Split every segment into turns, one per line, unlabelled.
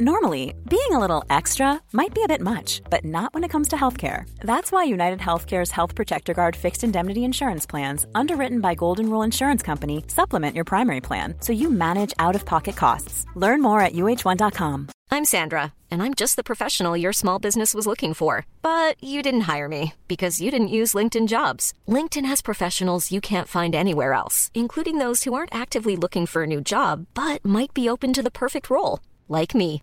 Normally, being a little extra might be a bit much, but not when it comes to healthcare. That's why United Healthcare's Health Protector Guard fixed indemnity insurance plans, underwritten by Golden Rule Insurance Company, supplement your primary plan so you manage out of pocket costs. Learn more at uh1.com.
I'm Sandra, and I'm just the professional your small business was looking for. But you didn't hire me because you didn't use LinkedIn jobs. LinkedIn has professionals you can't find anywhere else, including those who aren't actively looking for a new job but might be open to the perfect role, like me.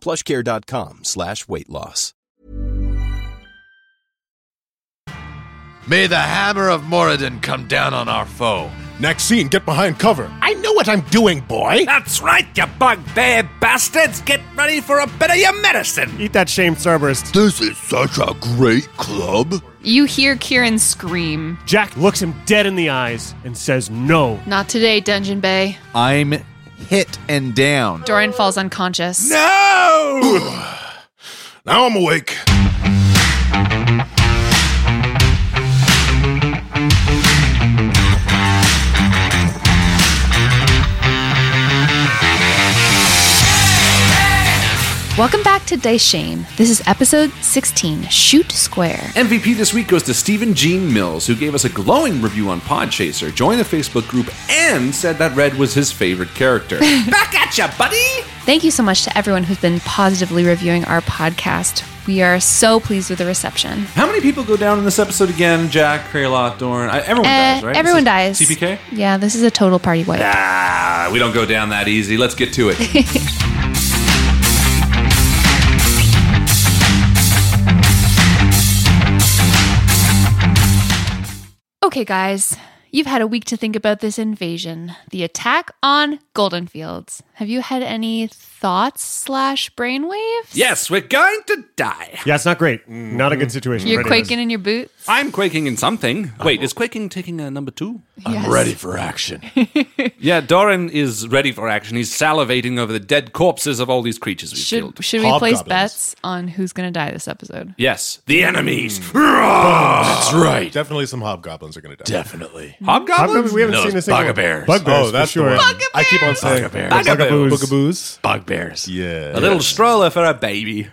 plushcare.com slash weight loss.
May the hammer of Moradin come down on our foe.
Naxine, get behind cover. I know what I'm doing, boy.
That's right, you bugbear bastards. Get ready for a bit of your medicine.
Eat that shame, Cerberus.
This is such a great club.
You hear Kieran scream.
Jack looks him dead in the eyes and says no.
Not today, Dungeon Bay.
I'm hit and down.
Doran falls unconscious.
No!
Now I'm awake.
Welcome back to Daishin. This is episode 16, Shoot Square.
MVP this week goes to Stephen Gene Mills, who gave us a glowing review on Podchaser, joined the Facebook group, and said that Red was his favorite character.
Back at ya, buddy.
Thank you so much to everyone who's been positively reviewing our podcast. We are so pleased with the reception.
How many people go down in this episode again? Jack, Kralot, Dorn. I, everyone dies,
Uh,
right?
Everyone
This
dies.
is CPK?
Yeah, this is a total party wipe.
Ah, we don't go down that easy. Let's get to it.
Okay, guys, you've had a week to think about this invasion, the attack on Golden Fields. Have you had any thoughts slash brainwaves?
yes, we're going to die.
Yeah, it's not great. Not a good situation.
You're
Right, it is.
quaking in your boots.
I'm quaking in something. Wait, is quaking taking a number two?
Yes.
I'm ready for action.
Yeah, Doran is ready for action. He's salivating over the dead corpses of all these creatures we've killed.
Should should we place
Hobgoblins.
bets on who's gonna die this episode?
Yes, Hmm. the enemies.
That's right.
Definitely some hobgoblins are going to die.
Definitely.
Hmm. Hobgoblins.
Hobgoblins, we haven't
Those
seen a single
bugbears.
Bugbears,
Oh, that's
for sure.
the one.
I keep on saying
Bugbears.
Bugaboos.
Bugaboos.
Bugaboos.
Bugbears.
Yeah.
A little stroller for a baby.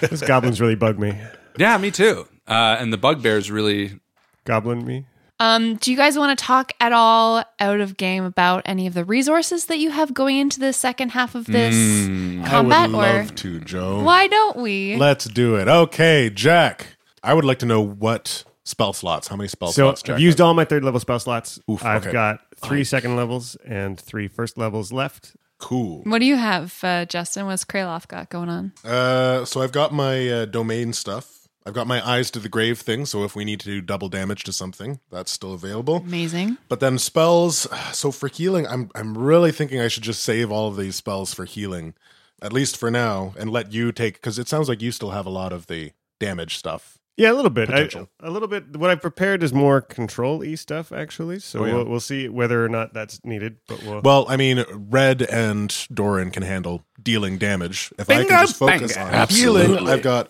Those goblins really bug me.
Yeah, me too. Uh, and the bugbears really
Goblin me.
Um, do you guys want to talk at all out of game about any of the resources that you have going into the second half of this
Mm,
combat?
I would love
or
to, Joe.
why don't we?
Let's do it. Okay, Jack. I would like to know what spell slots. How many spell
so
slots? Jack
I've used all my third level spell slots.
Oof,
I've
okay.
got three second levels and three first levels left.
Cool.
What do you have, uh, Justin? What's Kraloff got going on?
Uh, so I've got my uh, domain stuff. I've got my eyes to the grave thing. So if we need to do double damage to something, that's still available.
Amazing.
But then spells. So for healing, I'm I'm really thinking I should just save all of these spells for healing, at least for now, and let you take because it sounds like you still have a lot of the damage stuff.
Yeah, a little bit. I,
Potential.
a little bit. What I've prepared is more control y stuff, actually. So
Oh, yeah.
we'll, we'll see whether or not that's needed. But we'll,
Well, I mean, Red and Doran can handle dealing damage. If I
Bingo,
can just focus
bango.
on healing,
Absolutely.
I've got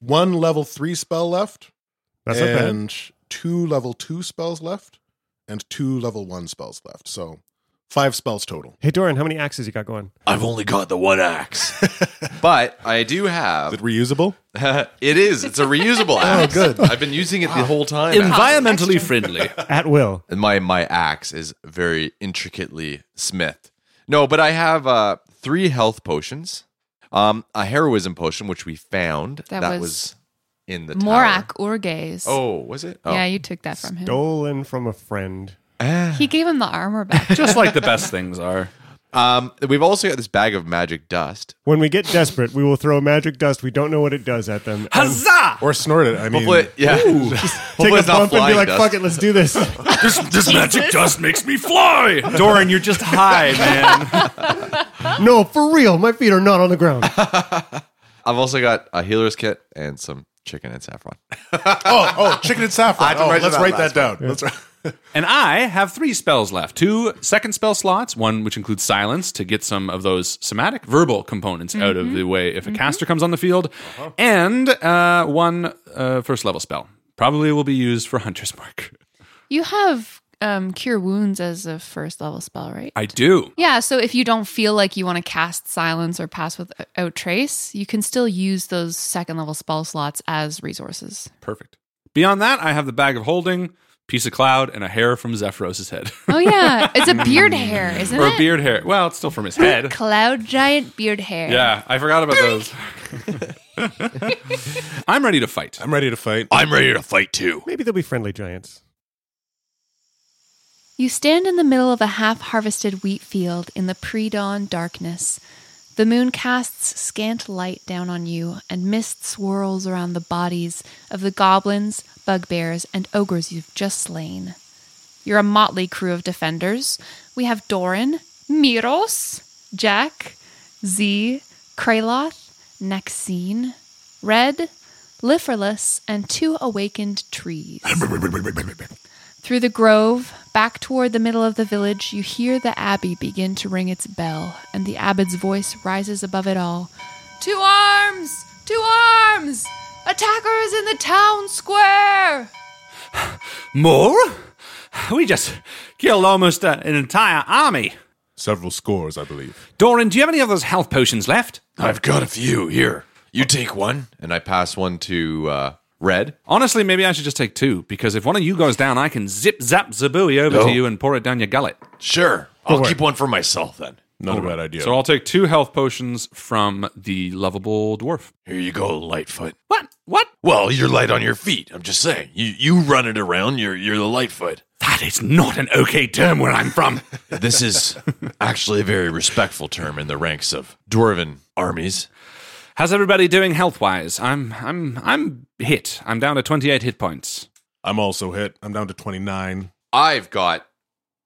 one level three spell left,
That's not bad.
and two level two spells left, and two level one spells left. So five spells total.
hey, Doran, how many axes you got going?
I've only got the one axe, but I do have. Is it
reusable?
it is. It's a
Oh,
reusable axe. good. I've been using it the whole time.
Environmentally friendly.
At will.
And my my axe is very intricately smithed. No, but I have uh, three health potions, um, a heroism potion which we found
That
that,
was
was, in the tower.
Morak Urges.
Oh, was it? Oh.
Yeah, you took that from him.
Stolen from a friend.
He gave him the armor back.
best things are. Um, we've also got this bag of magic dust.
When we get desperate, we will throw magic dust. We don't know what it does at them.
Huzzah! Or snort it. I mean,
Hopefully-
yeah.
Ooh. Take a bump and be like, "Fuck it, let's do this."
this this magic dust makes me fly.
Doran,
you're just high, man.
no, for real. My feet are not on the ground.
I've also got a healer's kit and some chicken and saffron.
oh, oh, chicken and saffron.
I had to
Oh,
write it
let's
out
write that
last
down.
week.
Let's write-
And I have three spells left two second spell slots, one which includes silence to get some of those somatic verbal components out of
Mm-hmm.
Mhm.
the way if a caster comes on the field,
Uh-huh.
and uh, one uh, first level spell. Probably will be used for Hunter's Mark.
You have um, Cure Wounds as a first level spell, right?
I do.
Yeah, so if you don't feel like you want to cast Silence or Pass Without Trace, you can still use those second level spell slots as resources.
Perfect. Beyond that, I have the bag of holding, piece of cloud, and a hair from Zephyros' head.
Oh, yeah. It's a beard hair, isn't
or
it?
a beard hair. Well, it's still from his head.
Cloud giant beard hair.
Yeah, I forgot about those. I'm ready to fight.
I'm ready to fight.
I'm ready to fight too.
Maybe they'll be friendly giants.
You stand in the middle of a half harvested wheat field in the pre dawn darkness. The moon casts scant light down on you, and mist swirls around the bodies of the goblins, bugbears, and ogres you've just slain. You're a motley crew of defenders. We have Doran, Miros, Jack, Z, Kraloth, Naxine, Red, Liferless, and two awakened trees. Through the grove, back toward the middle of the village, you hear the abbey begin to ring its bell, and the abbot's voice rises above it all. Two arms! Two arms! Attackers in the town square!
More? We just killed almost uh, an entire army.
Several scores, I believe.
Doran, do you have any of those health potions left?
I've got a few here. You take one, and I pass one to uh, Red.
Honestly, maybe I should just take two because if one of you goes down, I can zip zap zabooey over
No.
to you and pour it down your gullet.
Sure, I'll keep one for myself then.
Not a bad idea.
So I'll take two health potions from the lovable dwarf.
Here you go, Lightfoot.
What? What?
Well, you're light on your feet. I'm just saying. You you run it around. You're you're the Lightfoot.
That is not an okay term where I'm from.
This is actually a very respectful term in the ranks of dwarven armies.
How's everybody doing health wise? I'm I'm I'm hit. I'm down to twenty eight hit points.
I'm also hit. I'm down to twenty nine.
I've got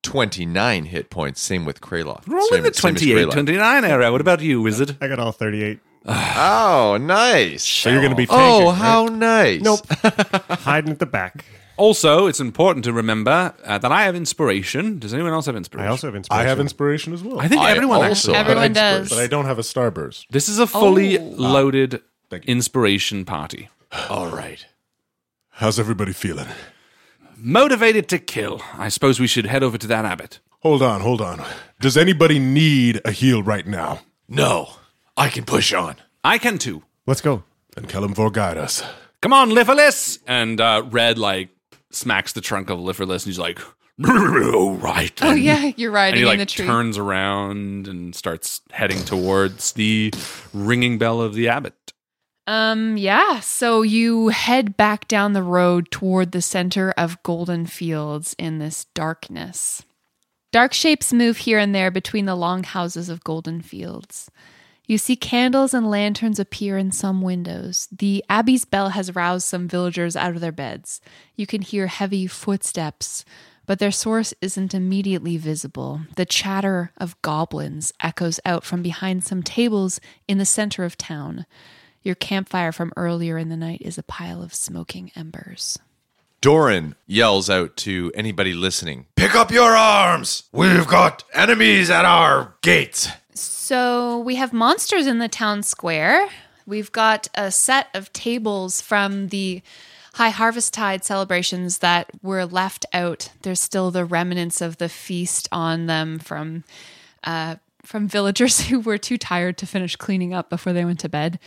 29 hit points. Same with Kraloth.
Rolling
Same-
the
same as
28,
Kraloth.
29 area. What about you, wizard?
I got all 38.
Oh, nice. So
you're gonna be tanking,
Oh,
right?
how nice.
Nope. Hiding at the back.
Also, it's important to remember uh, that I have inspiration. Does anyone else have inspiration? I also
have
I have inspiration as well.
I think everyone actually.
But I- but I don't have a starburst.
This is a fully
Oh.
loaded inspiration party.
All right.
How's everybody feeling?
Motivated to kill. I suppose we should head over to that abbot.
Hold on, hold on. Does anybody need a heal right now?
No. I can push on.
I can too.
Let's go.
And Kellamvor guide us.
Come on, Liverless! And uh, Red, like,
smacks the trunk of Liferless, and he's like, "Oh right."
Oh, yeah, you're riding
and he,
in
like,
the tree.
Turns around and starts heading towards the ringing bell of the abbot.
Um, yeah. So you head back down the road toward the center of Golden Fields in this darkness. Dark shapes move here and there between the long houses of Golden Fields. You see candles and lanterns appear in some windows. The abbey's bell has roused some villagers out of their beds. You can hear heavy footsteps, but their source isn't immediately visible. The chatter of goblins echoes out from behind some tables in the center of town. Your campfire from earlier in the night is a pile of smoking embers.
Doran yells out to anybody listening.
Pick up your arms. We've got enemies at our gates.
So we have monsters in the town square. We've got a set of tables from the High Harvest Tide celebrations that were left out. There's still the remnants of the feast on them from uh, from villagers who were too tired to finish cleaning up before they went to bed.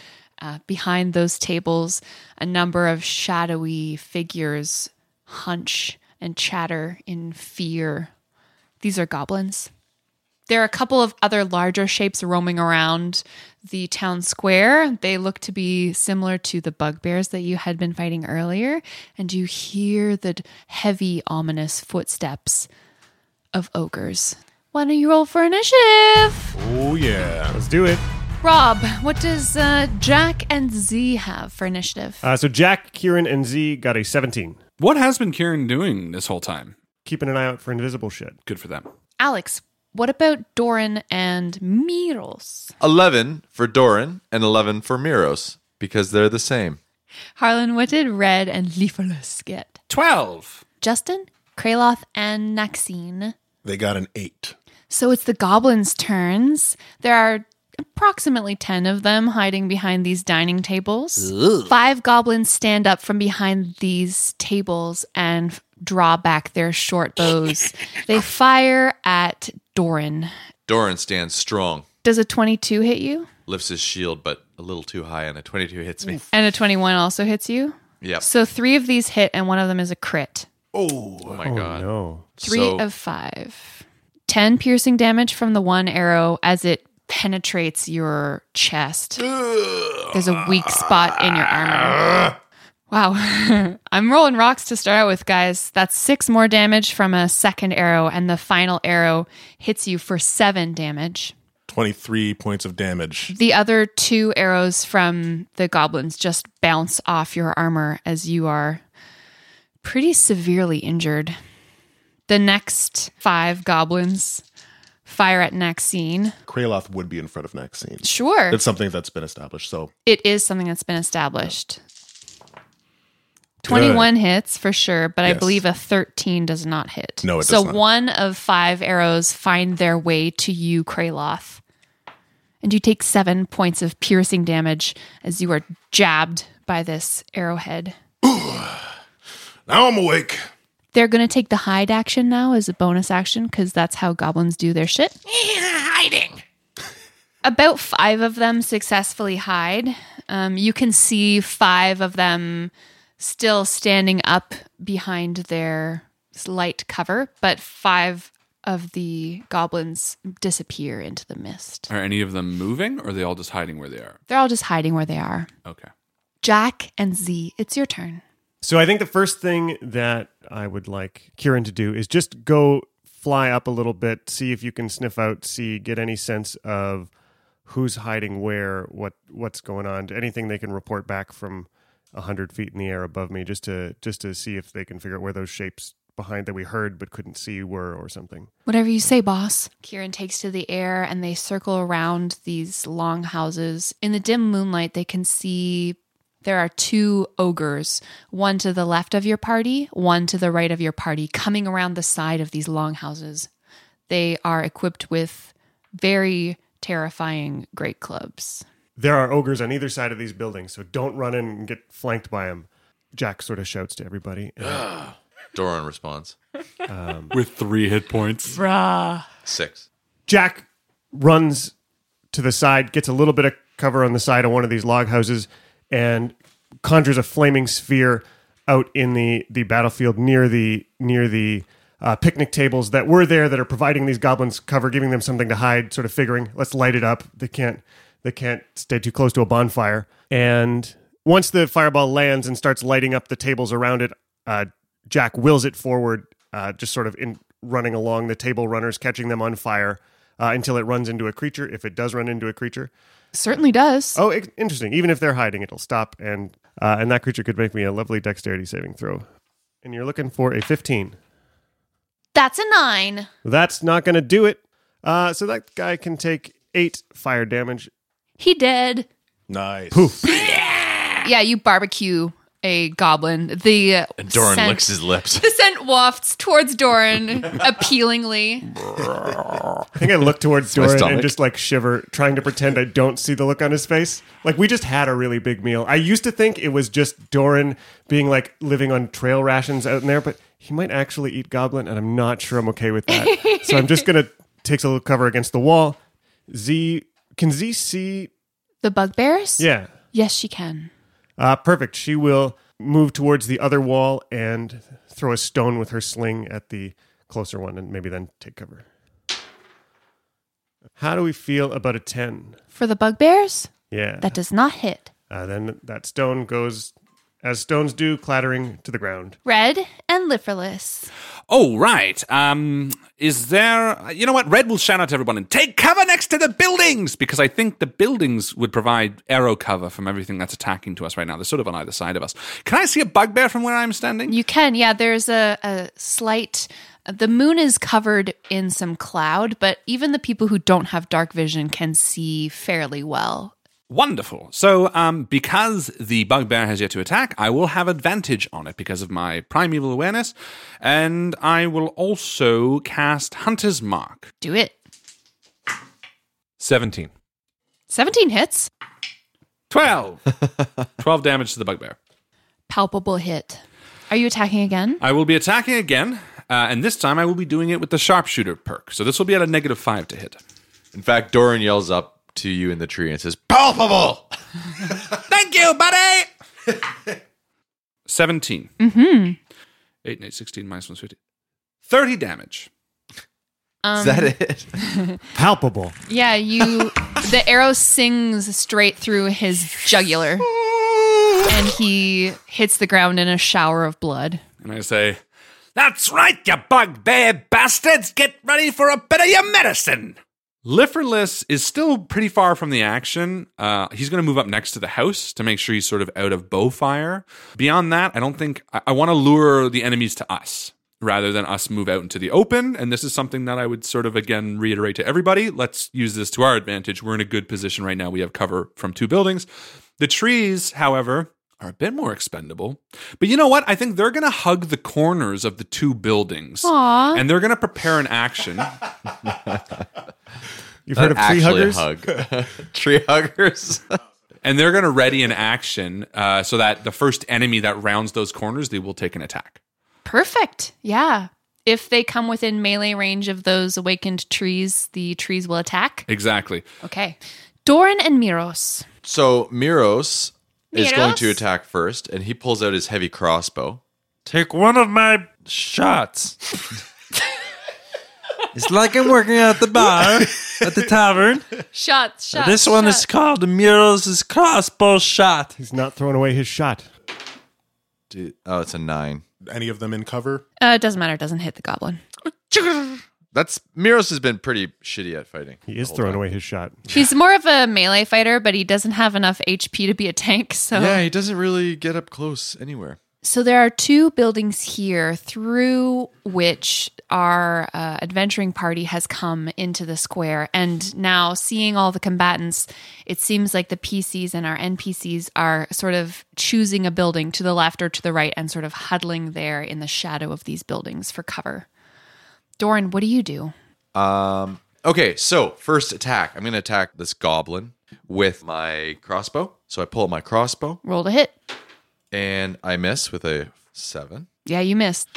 Uh, behind those tables, a number of shadowy figures hunch and chatter in fear. These are goblins. There are a couple of other larger shapes roaming around the town square. They look to be similar to the bugbears that you had been fighting earlier, and you hear the d- heavy, ominous footsteps of ogres. Why don't you roll for initiative?
Oh yeah,
let's do it.
Rob, what does uh, Jack and Z have for initiative?
Uh, so Jack, Kieran, and Z got a 17.
What has been Kieran doing this whole time?
Keeping an eye out for invisible shit.
Good for them.
Alex, what about Doran and Miros?
11 for Doran and 11 for Miros because they're the same.
Harlan, what did Red and Leafalus get?
12.
Justin, Kraloth, and Naxine.
They got an eight.
So it's the goblins' turns. There are approximately 10 of them hiding behind these dining tables.
Ugh.
Five goblins stand up from behind these tables and f- draw back their short bows. they fire at Doran.
Doran stands strong,
Does a 22 hit you?
lifts his shield, but a little too high, and a 22 hits me.
And a 21 also hits you?
Yep.
So three of these hit, and one of them is a crit.
Oh, my God.
No.
Three
So-
of five. Ten piercing damage from the one arrow as it penetrates your chest. There's a weak spot in your armor. Wow. I'm rolling rocks to start out with, guys. That's six more damage from a second arrow, and the final arrow hits you for seven damage.
Twenty-three points of damage.
The other two arrows from the goblins just bounce off your armor as you are pretty severely injured. The next five goblins fire at Naxine.
Kraloth would be in front of Naxine.
Sure.
it's something that's been established. So
It is something that's been established. 21 hits for sure, but I
Yes.
believe a 13 does not hit.
No, it
so
does not.
one of five arrows find their way to you, Kraloth. And you take seven points of piercing damage as you are jabbed by this arrowhead.
Now I'm awake.
They're going to take the hide action now as a bonus action because that's how goblins do their shit.
Hiding.
About five of them successfully hide. Um, you can see five of them still standing up behind their slight cover, but five of the goblins disappear into the mist.
Are any of them moving, or are they all just hiding where they are?
They're all just hiding where they are.
Okay.
Jack and Z, it's your turn.
So I think the first thing that I would like Kieran to do is just go fly up a little bit, see if you can sniff out, see, get any sense of who's hiding where, what what's going on, anything they can report back from hundred feet in the air above me, just to just to see if they can figure out where those shapes behind that we heard but couldn't see were or something.
Whatever you say, boss. Kieran takes to the air and they circle around these long houses. In the dim moonlight, they can see there are two ogres, one to the left of your party, one to the right of your party, coming around the side of these long houses. They are equipped with very terrifying great clubs.
There are ogres on either side of these buildings, so don't run in and get flanked by them. Jack sort of shouts to everybody. and-
Doran responds.
Um,
With three hit points.
Bruh.
Six.
Jack runs to the side, gets a little bit of cover on the side of one of these log houses, and conjures a flaming sphere out in the the battlefield near the near the uh, picnic tables that were there that are providing these goblins cover, giving them something to hide. Sort of figuring, let's light it up. They can't they can't stay too close to a bonfire. And once the fireball lands and starts lighting up the tables around it, uh, Jack wills it forward, uh, just sort of in running along the table runners, catching them on fire uh, until it runs into a creature. If it does run into a creature,
Certainly does.
Oh, it, interesting. Even if they're hiding, it'll stop, and uh, and that creature could make me a lovely dexterity saving throw. And you're looking for a 15.
That's a nine.
That's not going to do it. Uh, so that guy can take eight fire damage.
He dead.
Nice.
Yeah, you barbecue a goblin. The uh,
And Doran
scent-
licks his lips.
The scent wafts towards Doran appealingly.
I think I look towards
my
Doran and
stomach.
just like shiver, trying to pretend I don't see the look on his face. Like we just had a really big meal. I used to think it was just Doran being like living on trail rations out in there, but he might actually eat goblin, and I'm not sure I'm okay with that. so I'm just gonna take a little cover against the wall. Z can Z see?
The bugbears?
Yeah.
Yes, she can.
Uh, perfect. She will move towards the other wall and throw a stone with her sling at the closer one and maybe then take cover. How do we feel about a 10?
For the bugbears?
Yeah.
That does not hit.
Uh, then that stone goes, as stones do, clattering to the ground.
Red and liferless.
Oh, right.
Um, is there. You know what? Red will shout out to everyone and take cover next to the buildings because I think the buildings would provide arrow cover from everything that's attacking to us right now. They're sort of on either side of us. Can I see a bugbear from where I'm standing?
You can, yeah. There's a, a slight. The moon is covered in some cloud, but even the people who don't have dark vision can see fairly well.
Wonderful. So, um, because the bugbear has yet to attack, I will have advantage on it because of my primeval awareness, and I will also cast Hunter's Mark.
Do it.
17.
17 hits.
12. 12 damage to the bugbear.
Palpable hit. Are you attacking again?
I will be attacking again, uh, and this time I will be doing it with the sharpshooter perk. So, this will be at a negative 5 to hit.
In fact, Doran yells up to you in the tree and says, "Palpable."
Thank you, buddy! 17.
Mm-hmm.
8 and 8, 16, minus 1, 50. 30 damage.
Um,
it?
Palpable.
Yeah, you. the arrow sings straight through his jugular, and he hits the ground in a shower of blood.
And I say,
That's right, you bugbear bastards. Get ready for a bit of your medicine.
Liferless is still pretty far from the action. Uh, he's going to move up next to the house to make sure he's sort of out of bow fire. Beyond that, I don't think I, I want to lure the enemies to us rather than us move out into the open. And this is something that I would sort of again reiterate to everybody. Let's use this to our advantage. We're in a good position right now. We have cover from two buildings. The trees, however, are a bit more expendable. But you know what? I think they're going to hug the corners of the two buildings.
Aw.
And they're going to prepare an action. Uh,
You've
Not
heard of tree
actually a
huggers?
Hug. tree huggers.
and they're going to ready an action uh, so that the first enemy that rounds those corners they will take an attack
Perfect. Yeah. If they come within melee range of those awakened trees, the trees will attack.
exactly
Okay. Doran and Miros.
So Miros, is
Miros?
going to attack first, and he pulls out his heavy crossbow.
Take one of my shots. it's like I'm working at the bar at the tavern.
Shots, shots.
this one is
shots.
called Murals' crossbow shot.
He's not throwing away his shot.
Do- Oh, it's a nine.
Any of them in cover?
Uh, it doesn't matter. It doesn't hit the goblin.
That's Miros has been pretty shitty at fighting.
He is throwing away his shot.
He's more of a melee fighter, but he doesn't have enough HP to be a tank. So,
Yeah, he doesn't really get up close anywhere.
so there are two buildings here through which our uh, adventuring party has come into the square, and now seeing all the combatants, it seems like the PCs and our NPCs are sort of choosing a building to the left or to the right, and sort of huddling there in the shadow of these buildings for cover. Doran, what do you do?
Um. Okay, so first attack. I'm going to attack this goblin with my crossbow. So I pull out my crossbow
Roll to hit.
and I miss with a seven.
Yeah, you missed.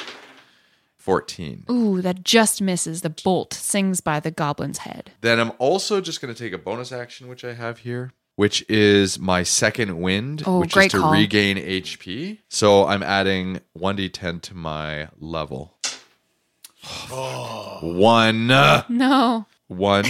14.
Ooh, that just misses. The bolt sings by the goblin's head.
Then I'm also just going to take a bonus action, which I have here, which is my second wind,
Oh,
which
great
is to
call.
regain HP. So I'm adding 1d10 to my level. One.
No.
One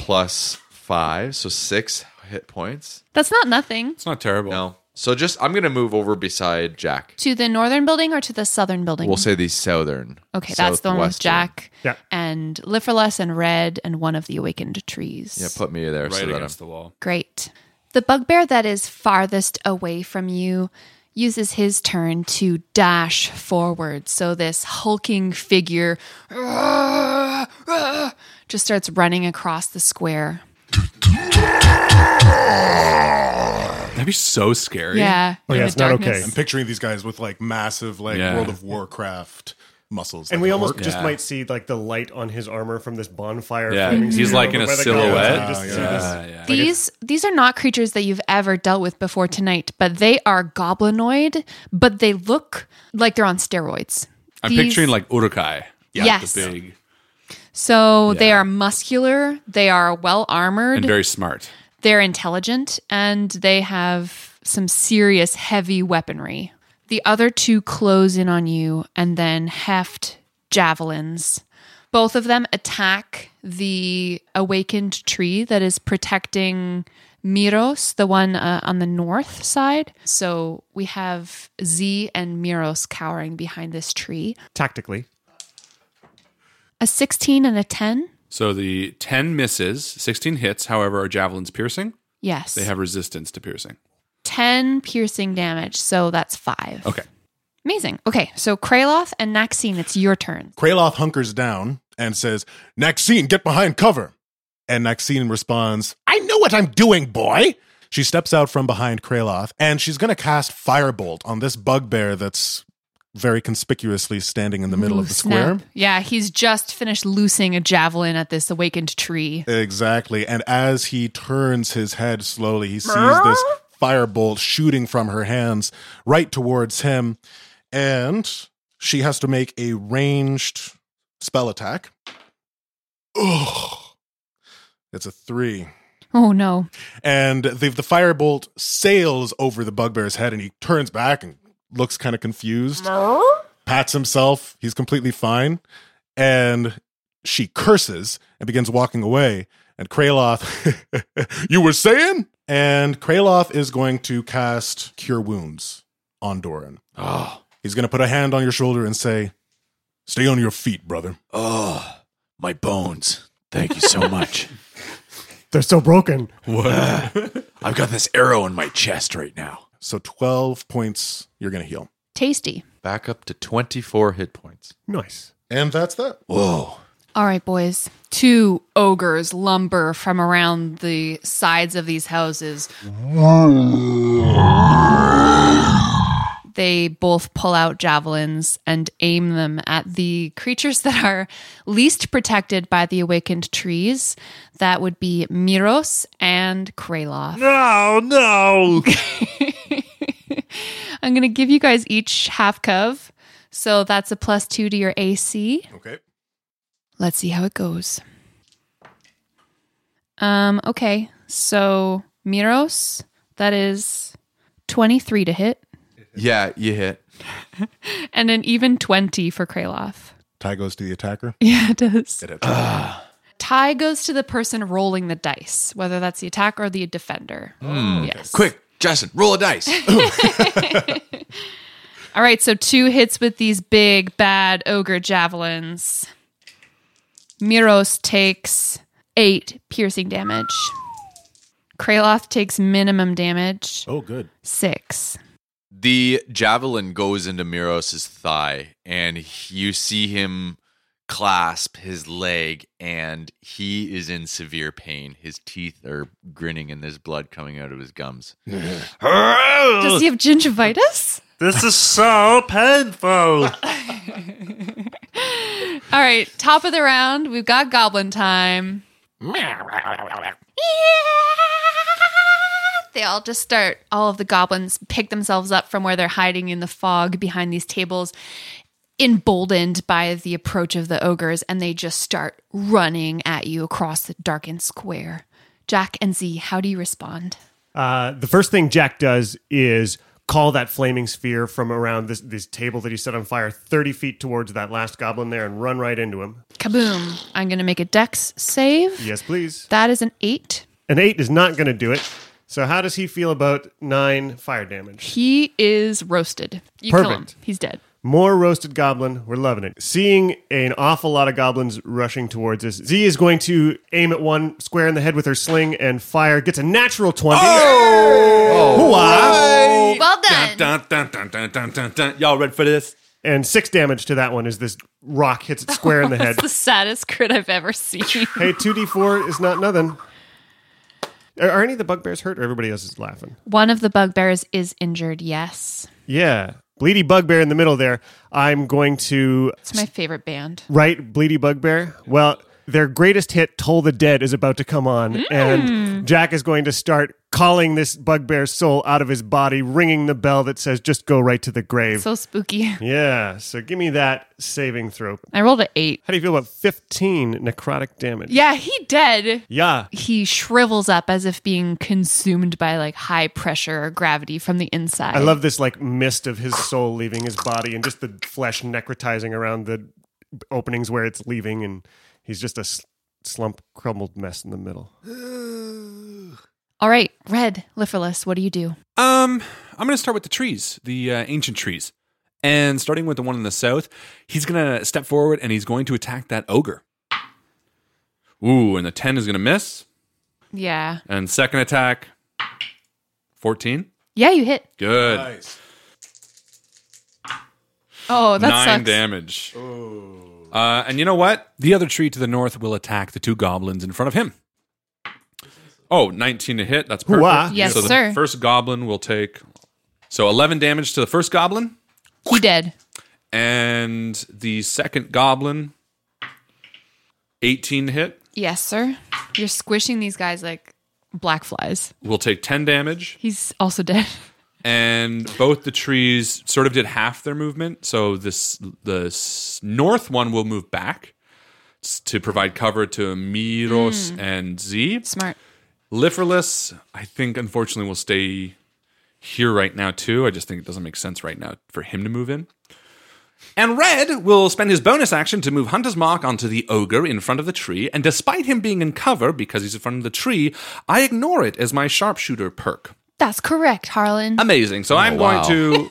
plus five, so six hit points.
That's not nothing.
It's not terrible. No. So just, I'm going to move over beside Jack.
To the northern building or to the southern building?
We'll say the southern.
Okay, that's the one with
southwestern.
Jack
Yeah.
and Liferless and Red and one of the awakened trees.
Yeah, put me there
Right
so that
against
I'm,
the wall.
Great. The bugbear that is farthest away from you uses his turn to dash forward. So this hulking figure just starts running across the square.
That'd be so scary.
Yeah, Oh, yeah, in it's the not darkness. okay.
I'm picturing these guys with like massive like
Yeah.
World of Warcraft muscles.
And
like
we
a
almost
orc.
just might see like the light on his armor from this bonfire.
Yeah,
flaming
he's
spear
like
over
in a
by the
silhouette.
guy. You just see
Yeah,
this-
yeah.
like a-
These these are not creatures that you've ever dealt with before tonight, but they are goblinoid, but they look like they're on steroids.
I'm
These-
picturing like Urukai.
Yes.
The big
So they are muscular, they are well armored,
and very smart.
they're intelligent, and they have some serious heavy weaponry. The other two close in on you and then heft javelins. Both of them attack the awakened tree that is protecting Miros, the one uh, on the north side. So we have Z and Miros cowering behind this tree.
Tactically.
A 16 and a 10.
So the 10 misses, 16 hits, however, are javelins piercing.
Yes.
They have resistance to piercing.
10 piercing damage, so that's 5.
Okay.
Amazing. Okay, so Kraloth and Naxine, it's your turn.
Kraloth hunkers down and says, Naxine, get behind cover. And Naxine responds, I know what I'm doing, boy. She steps out from behind Kraloth and she's going to cast Firebolt on this bugbear that's very conspicuously standing in the middle of the square.
Snap. Yeah, he's just finished loosing a javelin at this awakened tree.
Uh, Exactly. And as he turns his head slowly, he sees this firebolt shooting from her hands right towards him. And she has to make a ranged spell attack. Ugh. It's a three.
Oh no.
And the, the firebolt sails over the bugbear's head, and he turns back and looks kind of confused, pats himself. He's completely fine. And she curses and begins walking away. And Kraloth, you were saying? And Kraloth is going to cast Cure Wounds on Doran.
Ah.
Oh.
He's going to put a hand on your shoulder and say, Stay on your feet, brother.
Oh, my bones. Thank you so much.
They're so broken.
Uh, I've got this arrow in my chest right now.
So 12 points, you're going to heal.
Tasty.
Back up to 24 hit points.
Nice.
And that's that.
Whoa.
All right, boys. Two ogres lumber from around the sides of these houses. They both pull out javelins and aim them at the creatures that are least protected by the awakened trees. That would be Miros and Kraloth.
No, no.
I'm going to give you guys each half cov. So that's a plus two to your AC.
Okay.
Let's see how it goes. Um, okay. So Miros, that is 23 to hit,
Yeah, you hit.
and an even 20 for Kraloth.
Tie goes to the attacker.
Yeah, it does.
It is.
Tie goes to the person rolling the dice, whether that's the attacker or the defender.
Oh,
Yes.
Quick, Justin, roll a dice.
All right, so two hits with these big bad ogre javelins. Miros takes eight piercing damage. Kraloth takes minimum damage.
Oh, good.
Six.
The javelin goes into Miros' thigh, and he- you see him clasp his leg, and he is in severe pain. His teeth are grinning, and there's blood coming out of his gums.
Does he have gingivitis?
This is so painful.
All right, top of the round, we've got goblin time. They all just start, all of the goblins pick themselves up from where they're hiding in the fog behind these tables, emboldened by the approach of the ogres, and they just start running at you across the darkened square. Jack and Z, how do you respond?
Uh, the first thing Jack does is call that flaming sphere from around this, this table that he set on fire 30 feet towards that last goblin there and run right into him.
Kaboom. I'm going to make a dex save.
Yes, please.
That is an eight.
An eight is not going to do it. So, how does he feel about nine fire damage?
He is roasted. You kill him.
Perfect.
He's dead.
More roasted goblin. We're loving it. Seeing an awful lot of goblins rushing towards us, Z is going to aim at one square in the head with her sling and fire. Gets a natural 20. Oh!
Well done.
Dun, dun, dun, dun, dun, dun, dun. Y'all ready for this?
And six damage to that one as this rock hits it square in the head.
That's the saddest crit I've ever seen.
hey, 2d4 is not nothing. Are, are any of the bugbears hurt or everybody else is laughing?
One of the bugbears is injured, yes.
Yeah. Bleedy Bugbear in the middle there. I'm going to
It's my favorite band.
Right, Bleedy Bugbear? Well, their greatest hit, Toll the Dead, is about to come on,
Mm.
and Jack is going to start calling this bugbear's soul out of his body, ringing the bell that says, just go right to the grave.
So spooky.
yeah, so give me that saving throw.
I rolled an eight.
How do you feel about 15 necrotic damage?
Yeah, he dead.
Yeah.
He shrivels up as if being consumed by like high pressure or gravity from the inside.
I love this like mist of his soul leaving his body and just the flesh necrotizing around the openings where it's leaving, and he's just a sl- slump, crumbled mess in the middle.
All right, Red Liferless, what do you do?
Um, I'm gonna start with the trees, the uh, ancient trees, and starting with the one in the south, he's gonna step forward and he's going to attack that ogre. Ooh, and the ten is gonna miss,
Yeah.
and second attack, fourteen,
Yeah, you hit.
good,
Oh, that
nine
sucks.
damage. Uh, and you know what? The other tree to the north will attack the two goblins in front of him. Oh, 19 to hit. That's perfect.
Hoo-ah. Yes,
so the
sir.
first goblin will take so 11 damage to the first goblin.
He dead.
and the second goblin 18 hit
Yes, sir. You're squishing these guys like black flies.
will take 10 damage
He's also dead.
and both the trees sort of did half their movement so this the s- north one will move back s- to provide cover to miros
Mm.
and z
smart
liferless i think unfortunately will stay here right now too i just think it doesn't make sense right now for him to move in And Red will spend his bonus action to move Hunter's Mark onto the ogre in front of the tree, and despite him being in cover because he's in front of the tree, I ignore it as my sharpshooter perk.
That's correct, Harlan.
Amazing. So I'm
Mm. Oh, wow.
going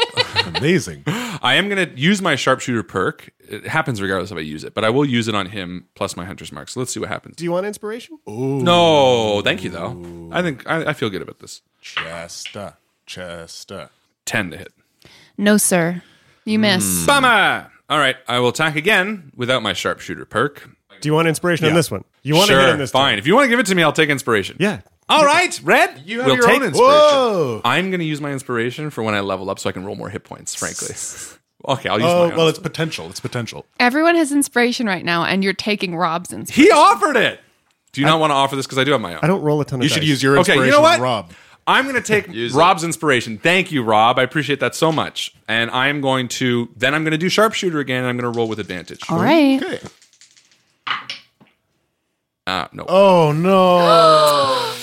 to. Amazing. I am going to use my sharpshooter perk. It happens regardless if I use it, but I will use it on him plus my Hunter's Mark. So let's see what happens.
Do you want inspiration?
Oh.
No, thank you, though. I think I, I feel good about this. Chesta. Chesta. 10 to hit.
No, sir. You miss.
Bummer. All right, I will attack again without my sharpshooter perk.
Do you want inspiration on
Yeah.
this one? You want
sure,
to hit on this
Fine. If you want to give it to me, I'll take inspiration.
Yeah.
All right, Red.
You
have your own inspiration. I'm going to use my inspiration for when I level up so I can roll more hit points, frankly. okay, I'll use
Oh,
my
well,
it's potential. It's potential.
Everyone has inspiration right now, and you're taking Rob's inspiration.
He offered it. Do you not want to offer this because I do have my own?
I don't roll a ton of
You should use your
Okay, you know
inspiration,
what?
Rob.
I'm going to take Rob's inspiration. Thank you, Rob. I appreciate that so much. And I'm going to then I'm going to do sharpshooter again and I'm going to roll with advantage.
All right.
Uh, no.
Oh no!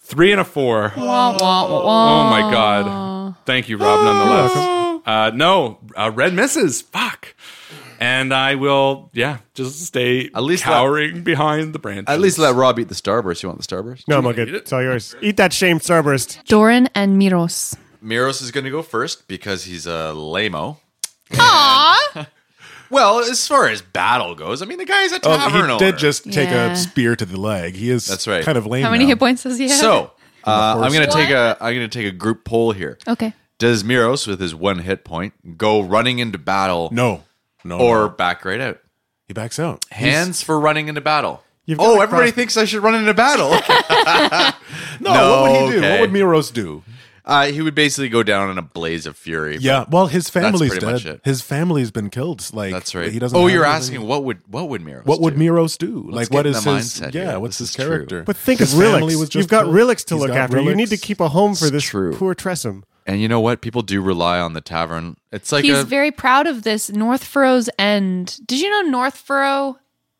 Three and a four.
Wah, wah, wah,
Oh
wah.
my god! Thank you, Rob. Nonetheless, uh, no uh, red misses. Fuck. And I will, yeah, just stay at least cowering behind the branch.
At least let Rob eat the starburst. You want the starburst?
No, I'm all good. It's all yours. Eat that shame starburst.
Doran and Miros.
Miros is going to go first because he's a lameo.
Aww.
Well, as far as battle goes, I mean, the guy's a
Oh,
tavern
he did
owner.
just take
Yeah.
a spear to the leg. He is
That's right.
kind of lame.
How many
now.
hit points does he have?
So uh, I'm going to
What?
take a I'm going to take a group poll here.
Okay.
Does Miros, with his one hit point, go running into battle?
No, no,
or
no.
back right out.
He backs out.
Hands for running into battle.
You've
oh,
got a
everybody
cross-
thinks I should run into battle.
No, what would he do? What would Miros do?
Uh, he would basically go down in a blaze of fury.
Yeah, well, his
That's
family's
pretty much
dead.
it.
His family's been killed. Like that's right. He doesn't.
Oh,
have
you're
anything-
asking what would what would Miros?
What would Miros do?
Let's
like,
get
what
in
is
the
his?
mindset
yeah,
here.
what's his
is true.
character?
But think of
his family was
Relics.
just
You've got
killed.
Relics to
He's
look
got
after. You
Relics.
need to keep a home for this
true.
poor Tressum.
And you know what? People do rely on the tavern. It's like
He's
a
very proud of this North Furrow's End. Did you know North Furrow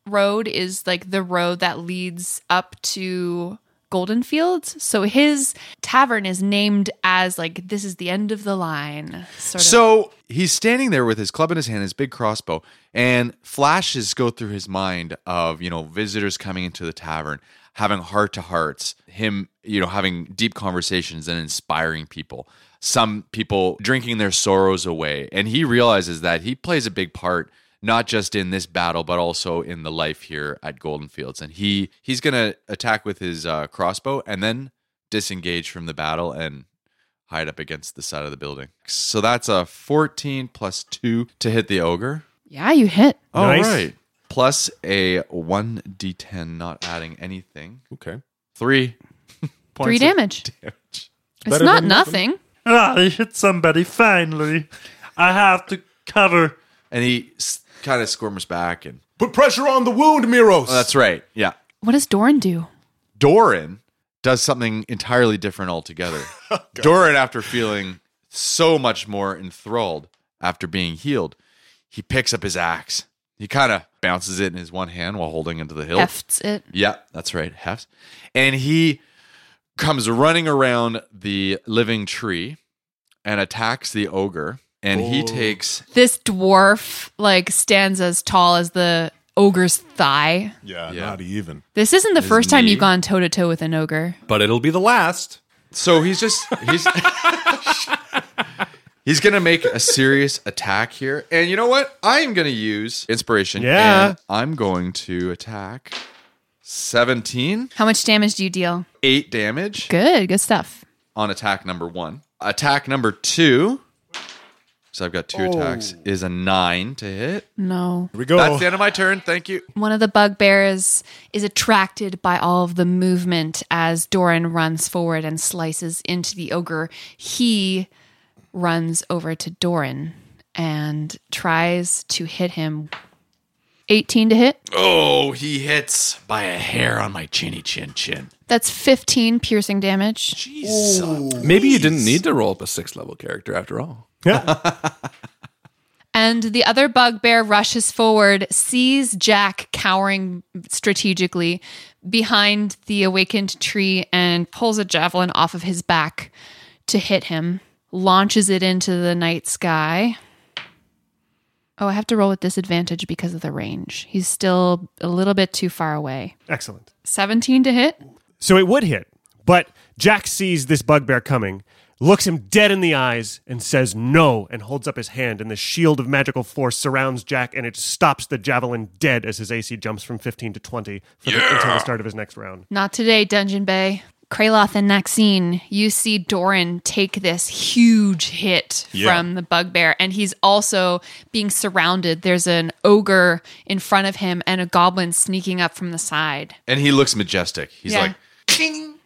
Road is like the road that leads up to Golden Fields. So his tavern is named as like this is the end of the line. Sort of.
So he's standing there with his club in his hand, his big crossbow, and flashes go through his mind of, you know, visitors coming into the tavern, having heart to hearts, him, you know, having deep conversations and inspiring people, some people drinking their sorrows away. And he realizes that he plays a big part not just in this battle but also in the life here at golden fields and he he's gonna attack with his uh, crossbow and then disengage from the battle and hide up against the side of the building. So that's a 14 plus 2 to hit the ogre.
yeah, you hit.
Oh,
All right, Plus a 1d10, not adding anything.
Okay.
Three.
Three
of
damage.
damage.
It's not nothing.
Ah, I hit somebody finally. I have to cover.
And he kind of squirms back and.
Put pressure on the wound, Miros.
Oh, that's right. Yeah.
What does Doran do?
Doran does something entirely different altogether.
Oh,
Doran, after feeling so much more enthralled after being healed, he picks up his axe. He kind of bounces it in his one hand while holding into the hilt.
Hefts it.
Yeah, that's right. Heft. And he comes running around the living tree and attacks the ogre. And
Oh.
he takes
This dwarf like stands as tall as the ogre's thigh.
Yeah, not even.
This isn't the
His
first time
knee.
you've gone toe to toe with an ogre.
but it'll be the last. So he's just he's he's gonna make a serious attack here, and you know what? I am gonna use inspiration.
Yeah.
and I'm going to attack seventeen,
How much damage do you deal?
eight damage
Good, good stuff.
on attack number one. Attack number two. So I've got two
Oh.
attacks. Is a nine to hit.
No.
we go. That's the end of my turn. Thank you.
One of the bugbears is attracted by all of the movement as Doran runs forward and slices into the ogre. He runs over to Doran and tries to hit him. 18 to hit.
Oh, he hits by a hair on my chinny chin chin.
That's 15 piercing damage.
Maybe you didn't need to roll up a sixth level character after all.
And the other bugbear rushes forward, sees Jack cowering strategically behind the awakened tree, and pulls a javelin off of his back to hit him, launches it into the night sky. Oh, I have to roll with disadvantage because of the range. He's still a little bit too far away.
Excellent.
17 to hit.
So it would hit, but Jack sees this bugbear coming, looks him dead in the eyes, and says no, and holds up his hand, and the shield of magical force surrounds Jack, and it stops the javelin dead as his AC jumps from 15 to 20 for the, until the start of his next round.
Not today, Dungeon Bay. Kraloth and Naxine, you see Doran take this huge hit
Yeah.
from the bugbear, and he's also being surrounded. There's an ogre in front of him and a goblin sneaking up from the side.
And he looks majestic. He's
Yeah.
like,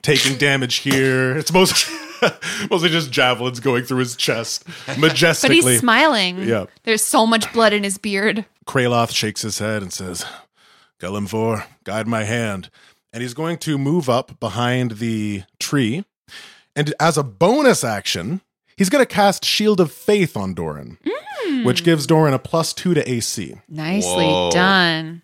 Taking damage here. It's most, mostly just javelins going through his chest
But
majestically.
he's smiling.
Yeah.
There's so much blood in his beard.
Kraloth shakes his head and says, Gullimvor, guide my hand. And he's going to move up behind the tree. And as a bonus action, he's going to cast Shield of Faith on Doran, which gives Doran a plus two to AC.
Nicely
Whoa.
done.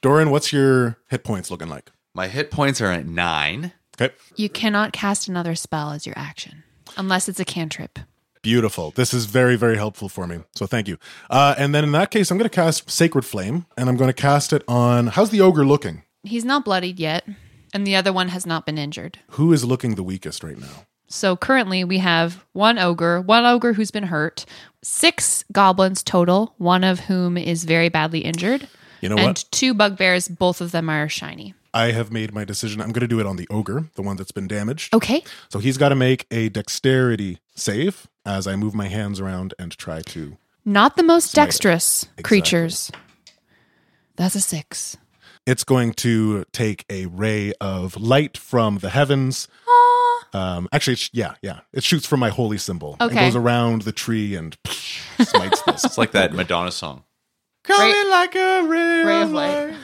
Doran, what's your hit points looking like?
My hit points are at nine.
Okay.
You cannot cast another spell as your action unless it's a cantrip.
Beautiful. This is very, very helpful for me. So thank you. Uh, and then in that case, I'm going to cast Sacred Flame and I'm going to cast it on. How's the ogre looking?
He's not bloodied yet, and the other one has not been injured.
Who is looking the weakest right now?
So currently we have one ogre, one ogre who's been hurt, six goblins total, one of whom is very badly injured.
You know
and
what?
two bugbears, both of them are shiny.
I have made my decision. I'm going to do it on the ogre, the one that's been damaged.
Okay.
So he's got to make a dexterity save as I move my hands around and try to.
Not the most
Smite.
dexterous creatures. That's a six.
It's going to take a ray of light from the heavens. Um, actually, it's, yeah, yeah. It shoots from my holy symbol. It
Okay.
goes around the tree and smites this. It's
like that Madonna song.
Coming
like a ray,
of light.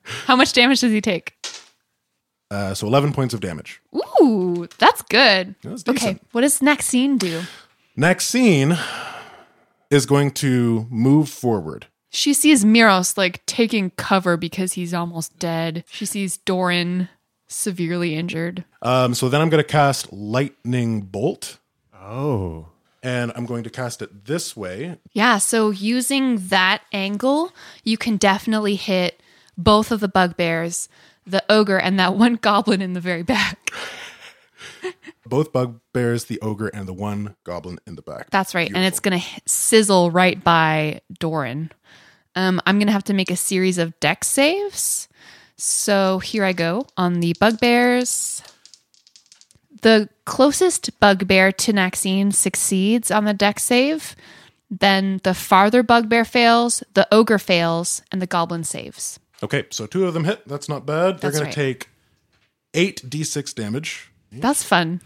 How much damage does he take?
Uh, so 11 points of damage.
Ooh, that's good. okay,
decent.
what does Naxine do?
Next scene is going to move forward.
She sees Miros like taking cover because he's almost dead. She sees Doran severely injured.
Um, so then I'm going to cast Lightning Bolt.
Oh.
And I'm going to cast it this way.
Yeah, so using that angle, you can definitely hit both of the bugbears, the ogre, and that one goblin in the very back.
Both bugbears, the ogre, and the one goblin in the back.
That's right, and it's going to sizzle right by Doran. Um, I'm going to have to make a series of deck saves. So here I go on the bugbears. The closest bugbear to Naxine succeeds on the deck save. Then the farther bugbear fails, the ogre fails, and the goblin saves.
Okay, so two of them hit. That's not bad. They're
That's
going
right.
to take 8d6 damage.
That's fun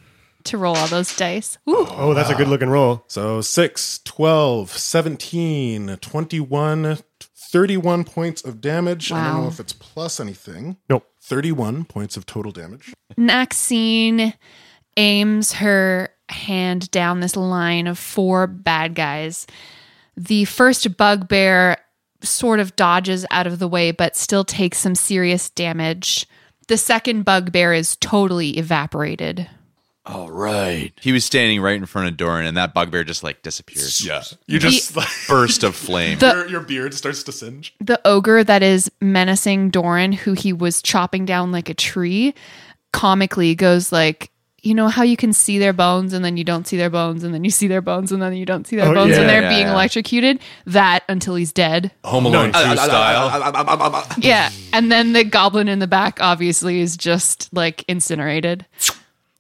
to roll all those dice. Ooh.
Oh,
that's a good looking roll.
So 6, 12, 17, 21, 31 points of damage. I don't
Wow.
know if it's plus anything.
Nope.
31 points of total damage.
Naxine aims her hand down this line of four bad guys. The first bugbear sort of dodges out of the way, but still takes some serious damage. The second bugbear is totally evaporated.
All right. He was standing right in front of Doran, and that bugbear just like disappears.
Yeah.
You
just-
burst of flame.
The-
your, your beard starts to singe.
The ogre that is menacing Doran, who he was chopping down like a tree, comically goes like, you know how you can see their bones and then you don't see their bones and then you see their bones and then you don't see their
Oh,
bones
yeah,
and they're
yeah,
being
yeah. Oh.
electrocuted? That until he's dead.
Home Alone
No.
2 style.
Yeah. And then the goblin in the back obviously is just like incinerated.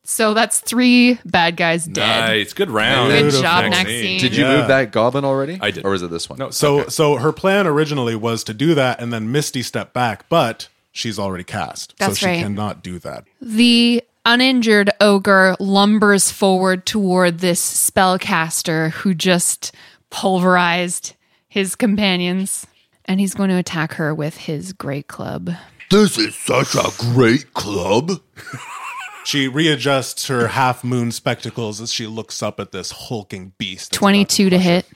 So that's three bad guys dead.
Nice. Good round.
Good job, Maxine.
Did you
Yeah.
move that goblin already?
I did.
Or was it this one? No.
So so her plan originally was to do that and then Misty stepped back, but she's already cast.
That's
so she
right.
cannot do that.
The uninjured ogre lumbers forward toward this spellcaster who just pulverized his companions. And he's going to attack her with his great club.
This is such a great club. she readjusts her half moon spectacles as she looks up at this hulking beast. that's about
22 to hit.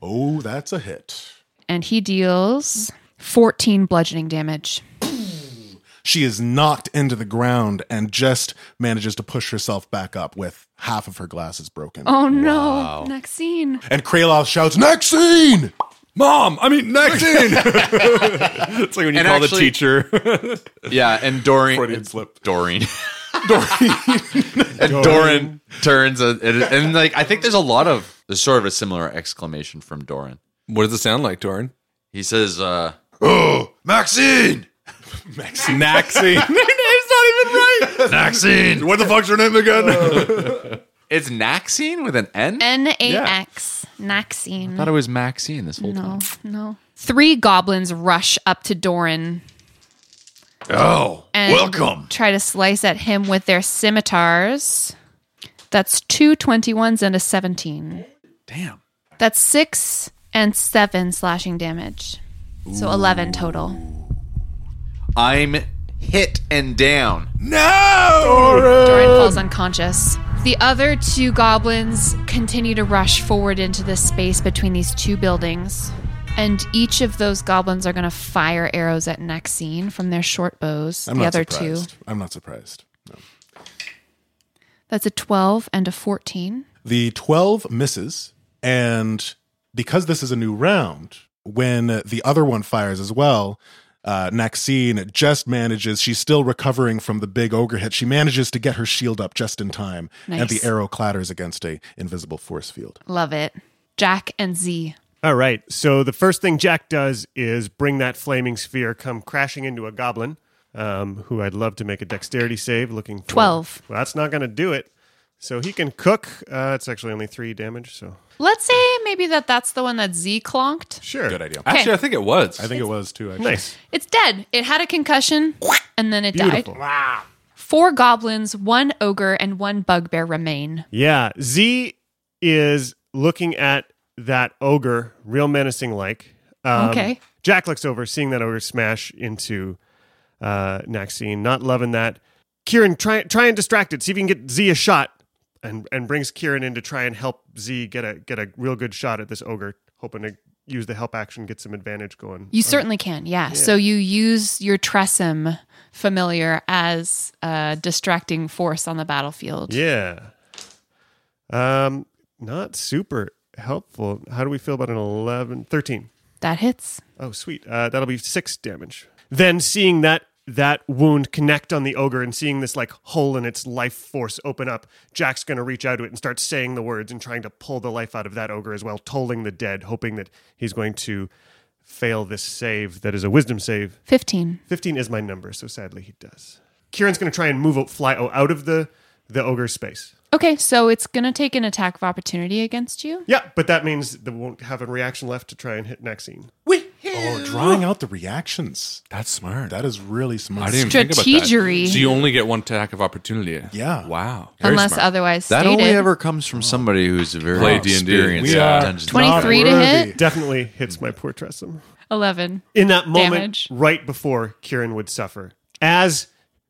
Oh, that's a hit.
And he deals 14 bludgeoning damage.
She is knocked into the ground and just manages to push herself back up with half of her glasses broken.
Oh no. Next scene.
And Kraloth shouts, Next scene!
Mom, I mean, next
it's
like when you call the teacher.
Yeah, and Doreen.
Freudian slip.
Doreen. and Doran turns and, and- and like I think there's a lot of there's sort of a similar exclamation from Doran.
What does it sound like, Doran?
He says, uh,
Oh, Maxine!
Naxine.
Her name's not even right! Maxine! What the fuck's her name again?
"It's Naxine with an N."
N A X. Naxine.
I thought it was Maxine this whole
No,
time.
no. Three goblins rush up to Doran
oh,
and try to slice at him with their scimitars. That's two 21s and a 17.
Damn.
That's six and seven slashing damage. So 11 total.
I'm hit and down.
Doran falls unconscious. The other two goblins continue to rush forward into the space between these two buildings. And each of those goblins are going to fire arrows at Naxine from their short bows.
I'm
the
not
other
surprised.
two.
I'm not surprised.
That's a 12 and a 14.
The 12 misses. And because this is a new round, when the other one fires as well, uh, Naxine just manages, she's still recovering from the big ogre hit. She manages to get her shield up just in time. And
Nice.
the arrow clatters against a invisible force field.
Love it. Jack and Z.
All right. So the first thing Jack does is bring that flaming sphere, come crashing into a goblin, um, who I'd love to make a dexterity save. Looking for
12.
Well, that's not going to do it. So he can cook. Uh, it's actually only three damage. So
Let's say maybe that that's the one that Z clonked.
sure, good
idea.
Actually, I think it was.
I think it was too, actually.
Nice.
It's dead. It had a concussion and then it
Beautiful.
died. Four goblins, one ogre, and one bugbear remain.
Yeah. Z is looking at that ogre, real menacing like. Um,
Okay.
Jack looks over, seeing that ogre smash into uh, Naxine, not loving that. Kieran, try try and distract it. See if you can get Z a shot, and and brings Kieran in to try and help Z get a get a real good shot at this ogre, hoping to use the help action, get some advantage going.
You certainly can, yeah. So you use your Tressum familiar as a distracting force on the battlefield.
Yeah. Um, not super helpful. How do we feel about an 11, 13?
That hits.
Oh, sweet. Uh, that'll be six damage. Then seeing that that wound connect on the ogre and seeing this like hole in its life force open up, Jack's gonna reach out to it and start saying the words and trying to pull the life out of that ogre as well, tolling the dead, hoping that he's going to fail this save that is a wisdom save.
15.
15 is my number, so sadly he does. Kieran's gonna try and move out, fly out of the the ogre's space.
Okay, so it's going to take an attack of opportunity against you.
Yeah, but that means they won't have a reaction left to try and hit Nexine.
Oh, drawing out the reactions. That's smart. That is really smart.
I didn't even think about
Strategery.
that. So you only get one attack of opportunity.
Yeah.
Wow.
Unless otherwise
That
stated.
only ever comes from somebody who's very
Play D&D.
experienced.
We
at
are
Dungeons and
23 to hit.
Definitely hits my poor Tressum.
11.
In that moment,
Damage.
right before Kieran would suffer, as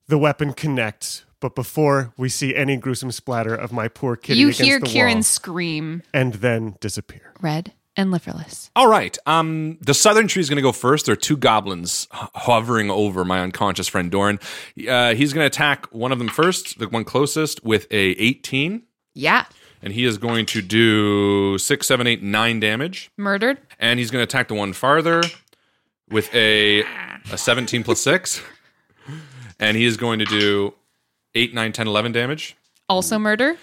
the weapon connects, but before we see any gruesome splatter of my poor kitty
you
against
hear
the
Kieran
wall,
scream.
and then disappear.
Red and liverless.
All right. Um, the southern tree is going to go first. There are two goblins ho- hovering over my unconscious friend Doran. Uh, he's going to attack one of them first, the one closest, with a 18,
Yeah.
and he is going to do six, seven, eight, nine damage.
Murdered.
And he's going to attack the one farther with a a 17 plus six, and he is going to do eight, nine, 10, 11 damage.
Also murder.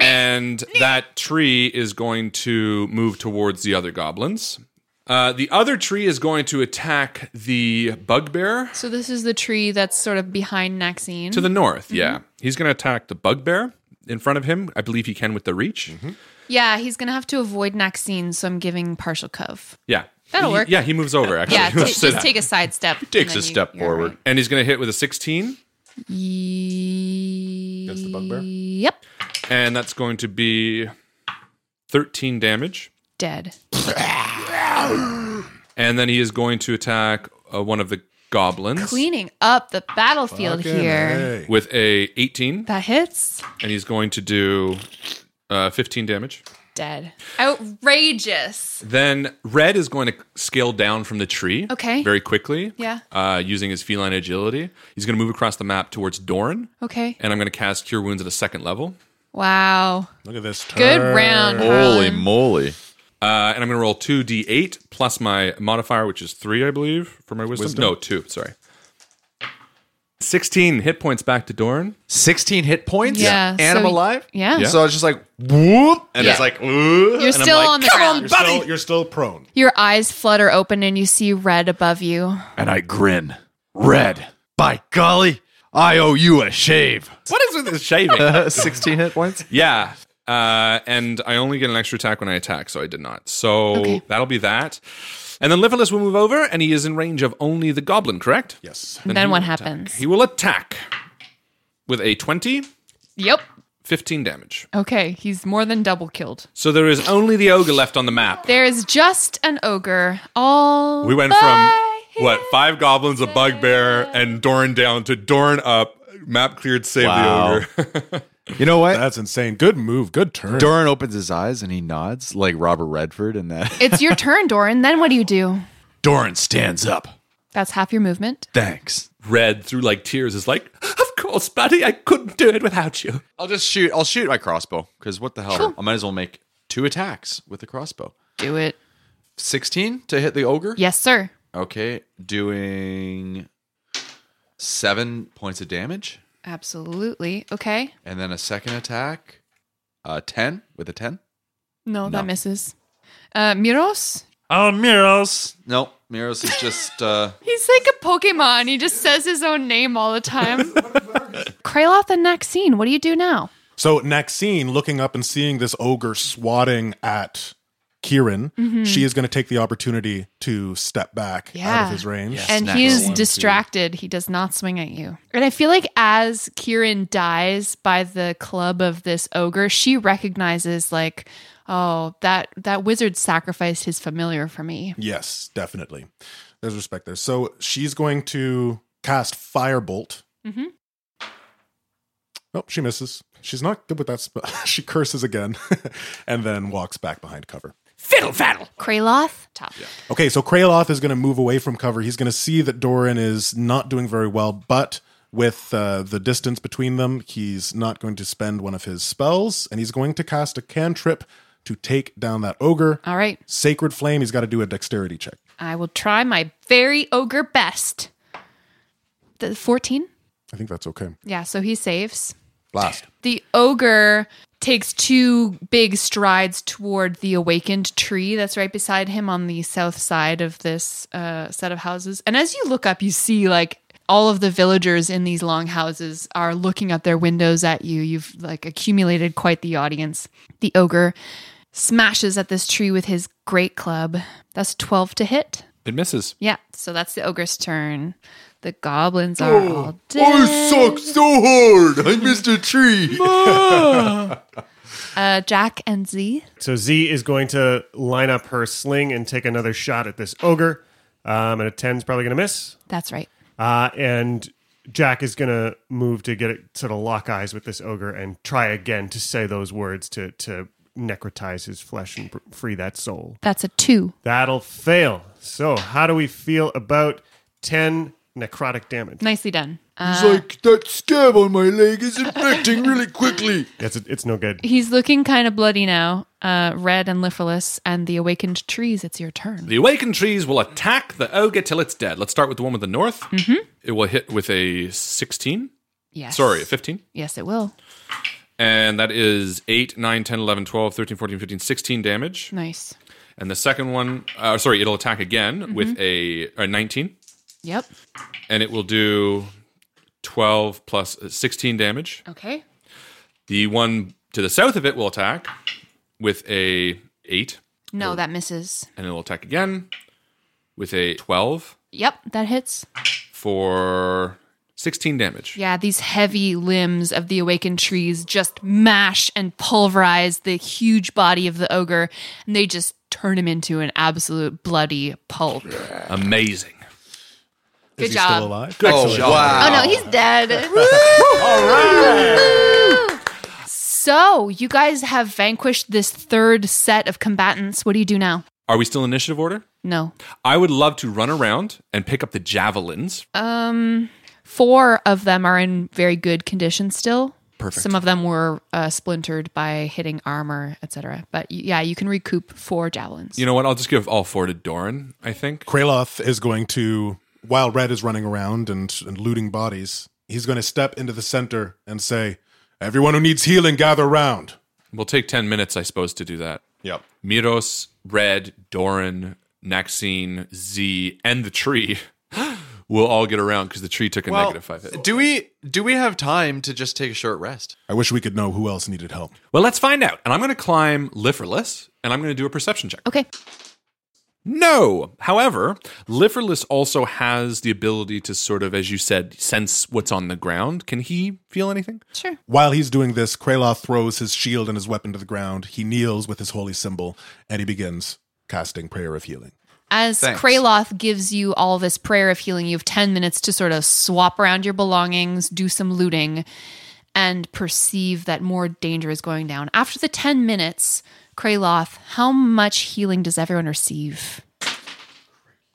and that tree is going to move towards the other goblins. Uh, the other tree is going to attack the bugbear
So this is the tree that's sort of behind Naxine.
to the north.
Mm-hmm.
Yeah, he's going to attack the bugbear in front of him. I believe he can with the reach.
Mm-hmm. yeah, he's going to have to avoid Naxine, so I'm giving partial cove.
Yeah,
That'll
He-
work.
Yeah, he moves over. Actually,
Yeah, ta-
Let's say
just
that.
take a side step.
takes a step forward.
and he's going to hit with a sixteen,
That's the bugbear? Yep.
and that's going to be thirteen damage.
Dead.
And then he is going to attack uh, one of the goblins
Cleaning up the battlefield here.
with a eighteen.
That hits.
and he's going to do uh, 15 damage.
Dead. Outrageous.
Then Red is going to scale down from the tree.
Okay.
Very quickly.
Yeah.
Uh, using his feline agility, he's going to move across the map towards Doran,
Okay.
and I'm going to cast Cure Wounds at a second level,
Wow.
Look at this. Turn.
Good round.
Holy
Harlan.
moly.
uh, and I'm going to roll two d8 plus my modifier, which is three, I believe, for my wisdom. No, two. Sorry. 16 hit points back to Doran.
16 hit points?
Yeah,
And I'm
so-
alive?
yeah. Yeah.
So I was just like, whoop. And
Yeah.
it's like, ooh.
You're still on the ground.
You're still, you're still prone.
Your eyes flutter open and you see red above you.
And I grin. Red. By golly, I owe you a shave.
What is with this shaving?
16 Uh, hit points?
Yeah. Uh, and I only get an extra attack when I attack, so I did not. So
Okay.
that'll be that. And then Liverless will move over, and he is in range of only the goblin, correct?
Yes.
And then
he
what
will attack.
happens?
He will attack with a 20,
Yep.
15 damage.
Okay, he's more than double killed.
So there is only the ogre left on the map.
There is just an ogre. All
We went
by
from, what, five goblins, a bugbear, and Doran down to Doran up. Map cleared, save
Wow.
the ogre.
You know what?
That's insane. Good move. Good turn.
Doran opens his eyes and he nods like Robert Redford and that.
It's your turn, Doran. Then what do you do?
Doran stands up.
That's half your movement.
Thanks.
Red, through like tears, is like, Of course, buddy, I couldn't do it without you.
I'll just shoot. I'll shoot my crossbow because what the hell? I might as well make two attacks with the crossbow.
Do it.
16 to hit the ogre?
Yes, sir.
Okay. Doing seven points of damage.
Absolutely. Okay.
And then a second attack. Uh, 10 with a 10.
No,
No.
that misses. Uh, Miros?
Oh, Miros.
No, Miros is just. Uh,
He's like a Pokemon. He just says his own name all the time. Kraloth and Naxine, what do you do now?
So Naxine, looking up and seeing this ogre swatting at Kieran,
Mm-hmm.
she is going to take the opportunity to step back out
Yeah.
of his range.
and
Snack
he
roll
is
one, two.
distracted. He does not swing at you. And I feel like as Kieran dies by the club of this ogre, she recognizes like, oh, that that wizard sacrificed his familiar for me.
Yes, definitely. There's respect there. So she's going to cast Firebolt.
Mhm.
Nope, she misses. She's not good with that spell. she curses again and then walks back behind cover.
Fiddle faddle.
Kraloth, top.
Okay, so Kraloth is going to move away from cover. He's going to see that Doran is not doing very well, but with uh, the distance between them, he's not going to spend one of his spells, and he's going to cast a cantrip to take down that ogre.
All right.
Sacred Flame, he's got to do a dexterity check.
I will try my very ogre best. The 14?
I think that's okay.
Yeah, so he saves.
Blast.
The ogre takes two big strides toward the awakened tree that's right beside him on the south side of this uh, set of houses. And as you look up, you see like all of the villagers in these long houses are looking out their windows at you. You've like accumulated quite the audience. The ogre smashes at this tree with his great club. That's 12 to hit.
It misses.
Yeah, so that's the ogre's turn. The goblins are
Oh,
all
I
dead.
suck so hard. I missed a tree.
Uh, Jack and Z.
So Z is going to line up her sling and take another shot at this ogre. Um, and a 10's probably going to miss.
That's right.
Uh, and Jack is going to move to get it sort of lock eyes with this ogre and try again to say those words to, to necrotize his flesh and pr- free that soul.
That's a two.
That'll fail. So, how do we feel about 10 necrotic damage?
Nicely done.
He's
Uh,
like, that scab on my leg is infecting really quickly.
It's, it's no good.
He's looking kind of bloody now, uh, red and lifeless, and the awakened trees. It's your turn.
The awakened trees will attack the ogre till it's dead. Let's start with the one with the north.
Mhm.
It will hit with a 16.
Yes.
Sorry, a 15.
Yes, it will.
And that is 8, 9, 10, 11, 12, 13, 14, 15, 16 damage.
Nice.
And the second one, uh, sorry, it'll attack again with a, a 19.
Yep.
And it will do 12 plus uh, 16 damage.
Okay.
The one to the south of it will attack with a 8.
No, that misses.
And it'll attack again with a 12
Yep, that hits.
for 16 damage.
Yeah, these heavy limbs of the awakened trees just mash and pulverize the huge body of the ogre, and they just turn him into an absolute bloody pulp.
Amazing.
Good he job. still alive?
Good
Oh,
job.
Oh no, he's dead. So, you guys have vanquished this third set of combatants. What do you do now?
Are we still in initiative order?
No.
I would love to run around and pick up the javelins.
Um, four of them are in very good condition still.
Perfect.
Some of them were uh, splintered by hitting armor, etc. But y- yeah, you can recoup four javelins.
You know what? I'll just give all four to Doran, I think.
Kraloth is going to, while Red is running around and, and looting bodies, he's going to step into the center and say, Everyone who needs healing, gather round.
We'll take 10 minutes, I suppose, to do that.
Yep.
Miros, Red, Doran, Naxine, Z, and the tree will all get around because the tree took a
Well,
negative five hit.
Do we do we have time to just take a short rest?
I wish we could know who else needed help.
Well, let's find out. And I'm going to climb Liferless and I'm going to do a perception check.
Okay.
No. However, Liferless also has the ability to sort of, as you said, sense what's on the ground. Can he feel anything?
Sure.
While he's doing this, Kraloth throws his shield and his weapon to the ground. He kneels with his holy symbol and he begins casting Prayer of Healing.
As
Thanks.
Kraloth gives you all this prayer of healing, you have 10 minutes to sort of swap around your belongings, do some looting, and perceive that more danger is going down. After the 10 minutes, Kraloth, how much healing does everyone receive?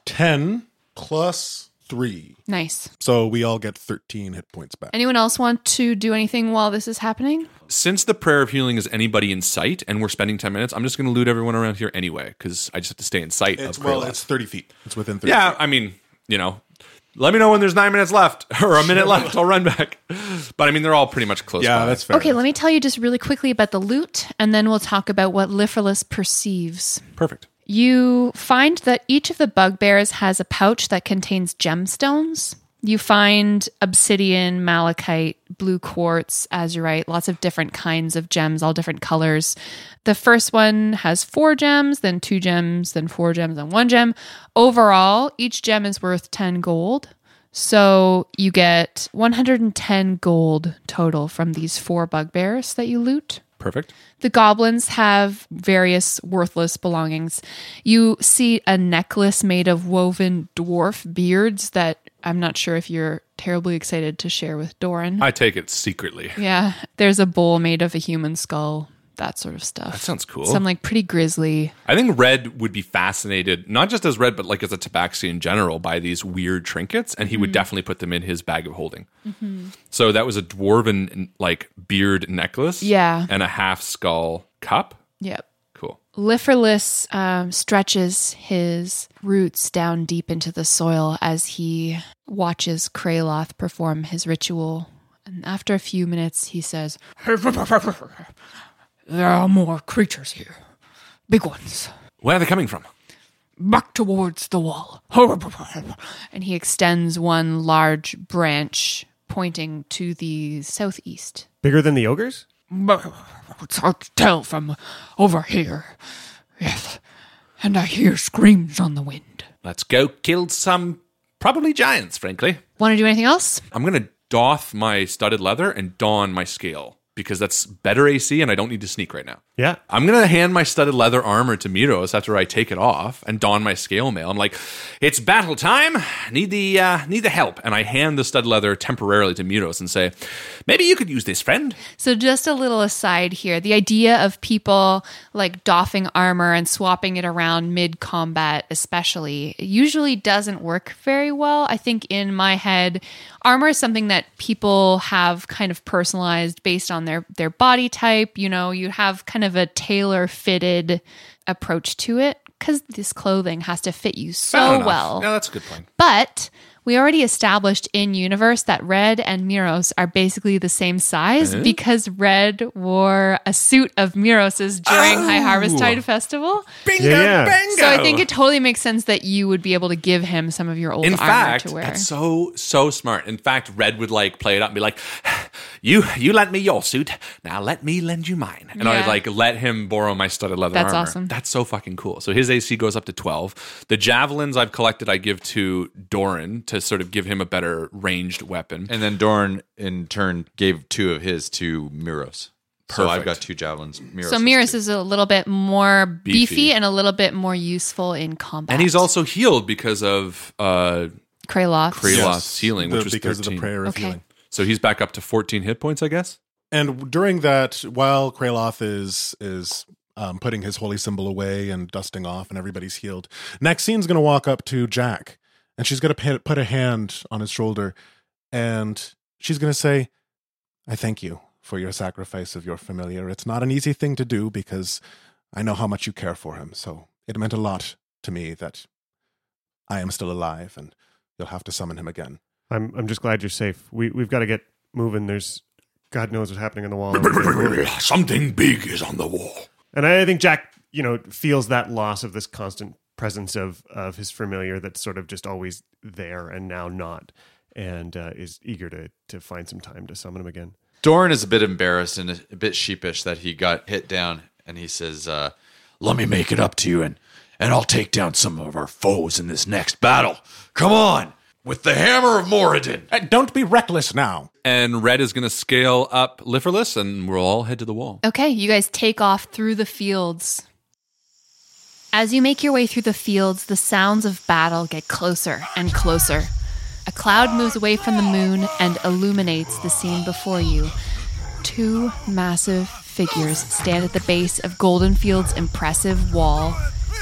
10 plus 3.
Nice.
So we all get 13 hit points back.
Anyone else want to do anything while this is happening?
Since the prayer of healing is anybody in sight and we're spending 10 minutes, I'm just going to loot everyone around here anyway because I just have to stay in sight
It's,
of
well,
Kraloth.
it's 30 feet. It's within 30
Yeah, I mean, you know, let me know when there's nine minutes left or a minute
Sure.
left. I'll run back. But I mean, they're all pretty much close.
Yeah,
by.
that's
okay, let me tell you just really quickly about the loot, and then we'll talk about what Liferless perceives.
Perfect.
You find that each of the bugbears has a pouch that contains gemstones. You find obsidian, malachite, blue quartz, azurite, lots of different kinds of gems, all different colors. The first one has four gems, then two gems, then four gems, and one gem. Overall, each gem is worth 10 gold. So you get 110 gold total from these four bugbears that you loot.
Perfect.
The goblins have various worthless belongings. You see a necklace made of woven dwarf beards that I'm not sure if you're terribly excited to share with Doran.
I take it secretly.
yeah, there's a bowl made of a human skull. that sort of stuff.
That sounds cool.
Some like pretty grisly.
I think Red would be fascinated, not just as Red, but like as a tabaxi in general, by these weird trinkets, and he would
Mhm.
definitely put them in his bag of holding. So that was a dwarven like beard necklace,
Yeah.
and a half skull cup.
Yep.
Cool.
Liferless um, stretches his roots down deep into the soil as he watches Kraloth perform his ritual. And after a few minutes, he says,
There are more creatures here. Big ones.
Where are they coming from?
Back towards the wall. And he extends one large branch pointing to the southeast.
Bigger than the ogres?
It's hard to tell from over here. Yes. And I hear screams on the wind.
Let's go kill some probably giants. Frankly,
Want to do anything else?
I'm gonna doff my studded leather and don my scale because that's better AC, and I don't need to sneak right now.
Yeah.
I'm gonna hand my studded leather armor to Miros after I take it off and don my scale mail. I'm like, it's battle time. Need the uh, need the help, and I hand the stud leather temporarily to Miros and say, maybe you could use this, friend.
So, just a little aside here the idea of people like doffing armor and swapping it around mid combat, especially, usually doesn't work very well. I think in my head, armor is something that people have kind of personalized based on their, their body type. You know, you have kind of a tailor fitted approach to it because this clothing has to fit you
Fair
so
enough.
well.
Yeah, that's a good point.
But we already established in universe that Red and Miros are basically the same size
Huh?
because Red wore a suit of Miros's during High Harvest Tide Festival.
Bingo, Yeah, yeah. Oh. bingo.
So I think it totally makes sense that you would be able to give him some of your old
In
armor
fact,
to wear.
that's so so smart. In fact, Red would like play it up and be like, "You you lent me your suit, now let me lend you mine." And I'd
Yeah.
like let him borrow my studded leather
That's
armor.
awesome.
That's so fucking cool. So his AC goes up to twelve. The javelins I've collected, I give to Doran to sort of give him a better ranged weapon.
And then Dorn, in turn, gave two of his to Miros. So I've got two javelins. Miros
so Miros is a little bit more beefy,
Beefy.
and a little bit more useful in combat.
and he's also healed because of uh,
Kraloth.
Kraloth's
Yes.
healing,
The-
which was
because of the
13.
prayer of Okay. healing.
So he's back up to fourteen hit points, I guess.
And during that, while Kraloth is is um, putting his holy symbol away and dusting off, and everybody's healed, Naxine's going to walk up to Jack, and she's going to put, put a hand on his shoulder, and she's going to say, "I thank you for your sacrifice of your familiar. It's not an easy thing to do because I know how much you care for him. So it meant a lot to me that I am still alive, and you'll have to summon him again."
I'm I'm just glad you're safe. We we've got to get moving. There's God knows what's happening on the wall.
Something big is on the wall.
And I think Jack, you know, feels that loss of this constant presence of of his familiar that's sort of just always there and now not, and uh, is eager to to find some time to summon him again.
Dorn is a bit embarrassed and a bit sheepish that he got hit down, and he says, uh,
Let me make it up to you, and and I'll take down some of our foes in this next battle. Come on, with the hammer of Moradin.
don't be reckless now.
And Red is going to scale up Liferless, and we'll all head to the wall.
Okay, you guys take off through the fields. As you make your way through the fields, the sounds of battle get closer and closer. A cloud moves away from the moon and illuminates the scene before you. Two massive figures stand at the base of Goldenfield's impressive wall.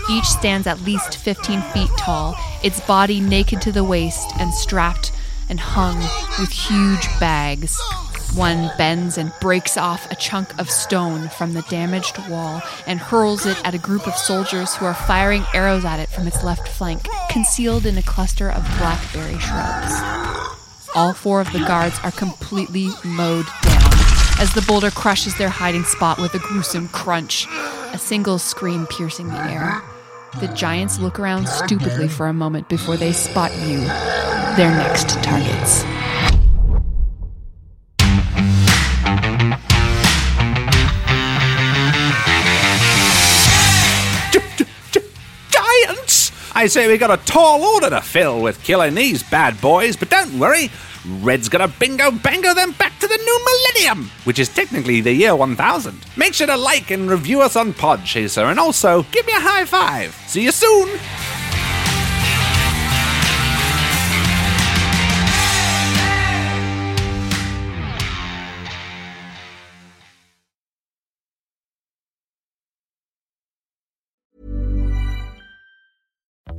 Each stands at least 15 feet tall, its body naked to the waist and strapped and hung with huge bags. One bends and breaks off a chunk of stone from the damaged wall and hurls it at a group of soldiers who are firing arrows at it from its left flank, concealed in a cluster of blackberry shrubs. All four of the guards are completely mowed down as the boulder crushes their hiding spot with a gruesome crunch, a single scream piercing the air. The giants look around stupidly for a moment before they spot you, their next targets.
Giants! I say we got a tall order to fill with killing these bad boys, but don't worry. Red's gonna bingo bango them back to the new millennium, which is technically the year 1000. Make sure to like and review us on Podchaser, and also give me a high five. See you soon!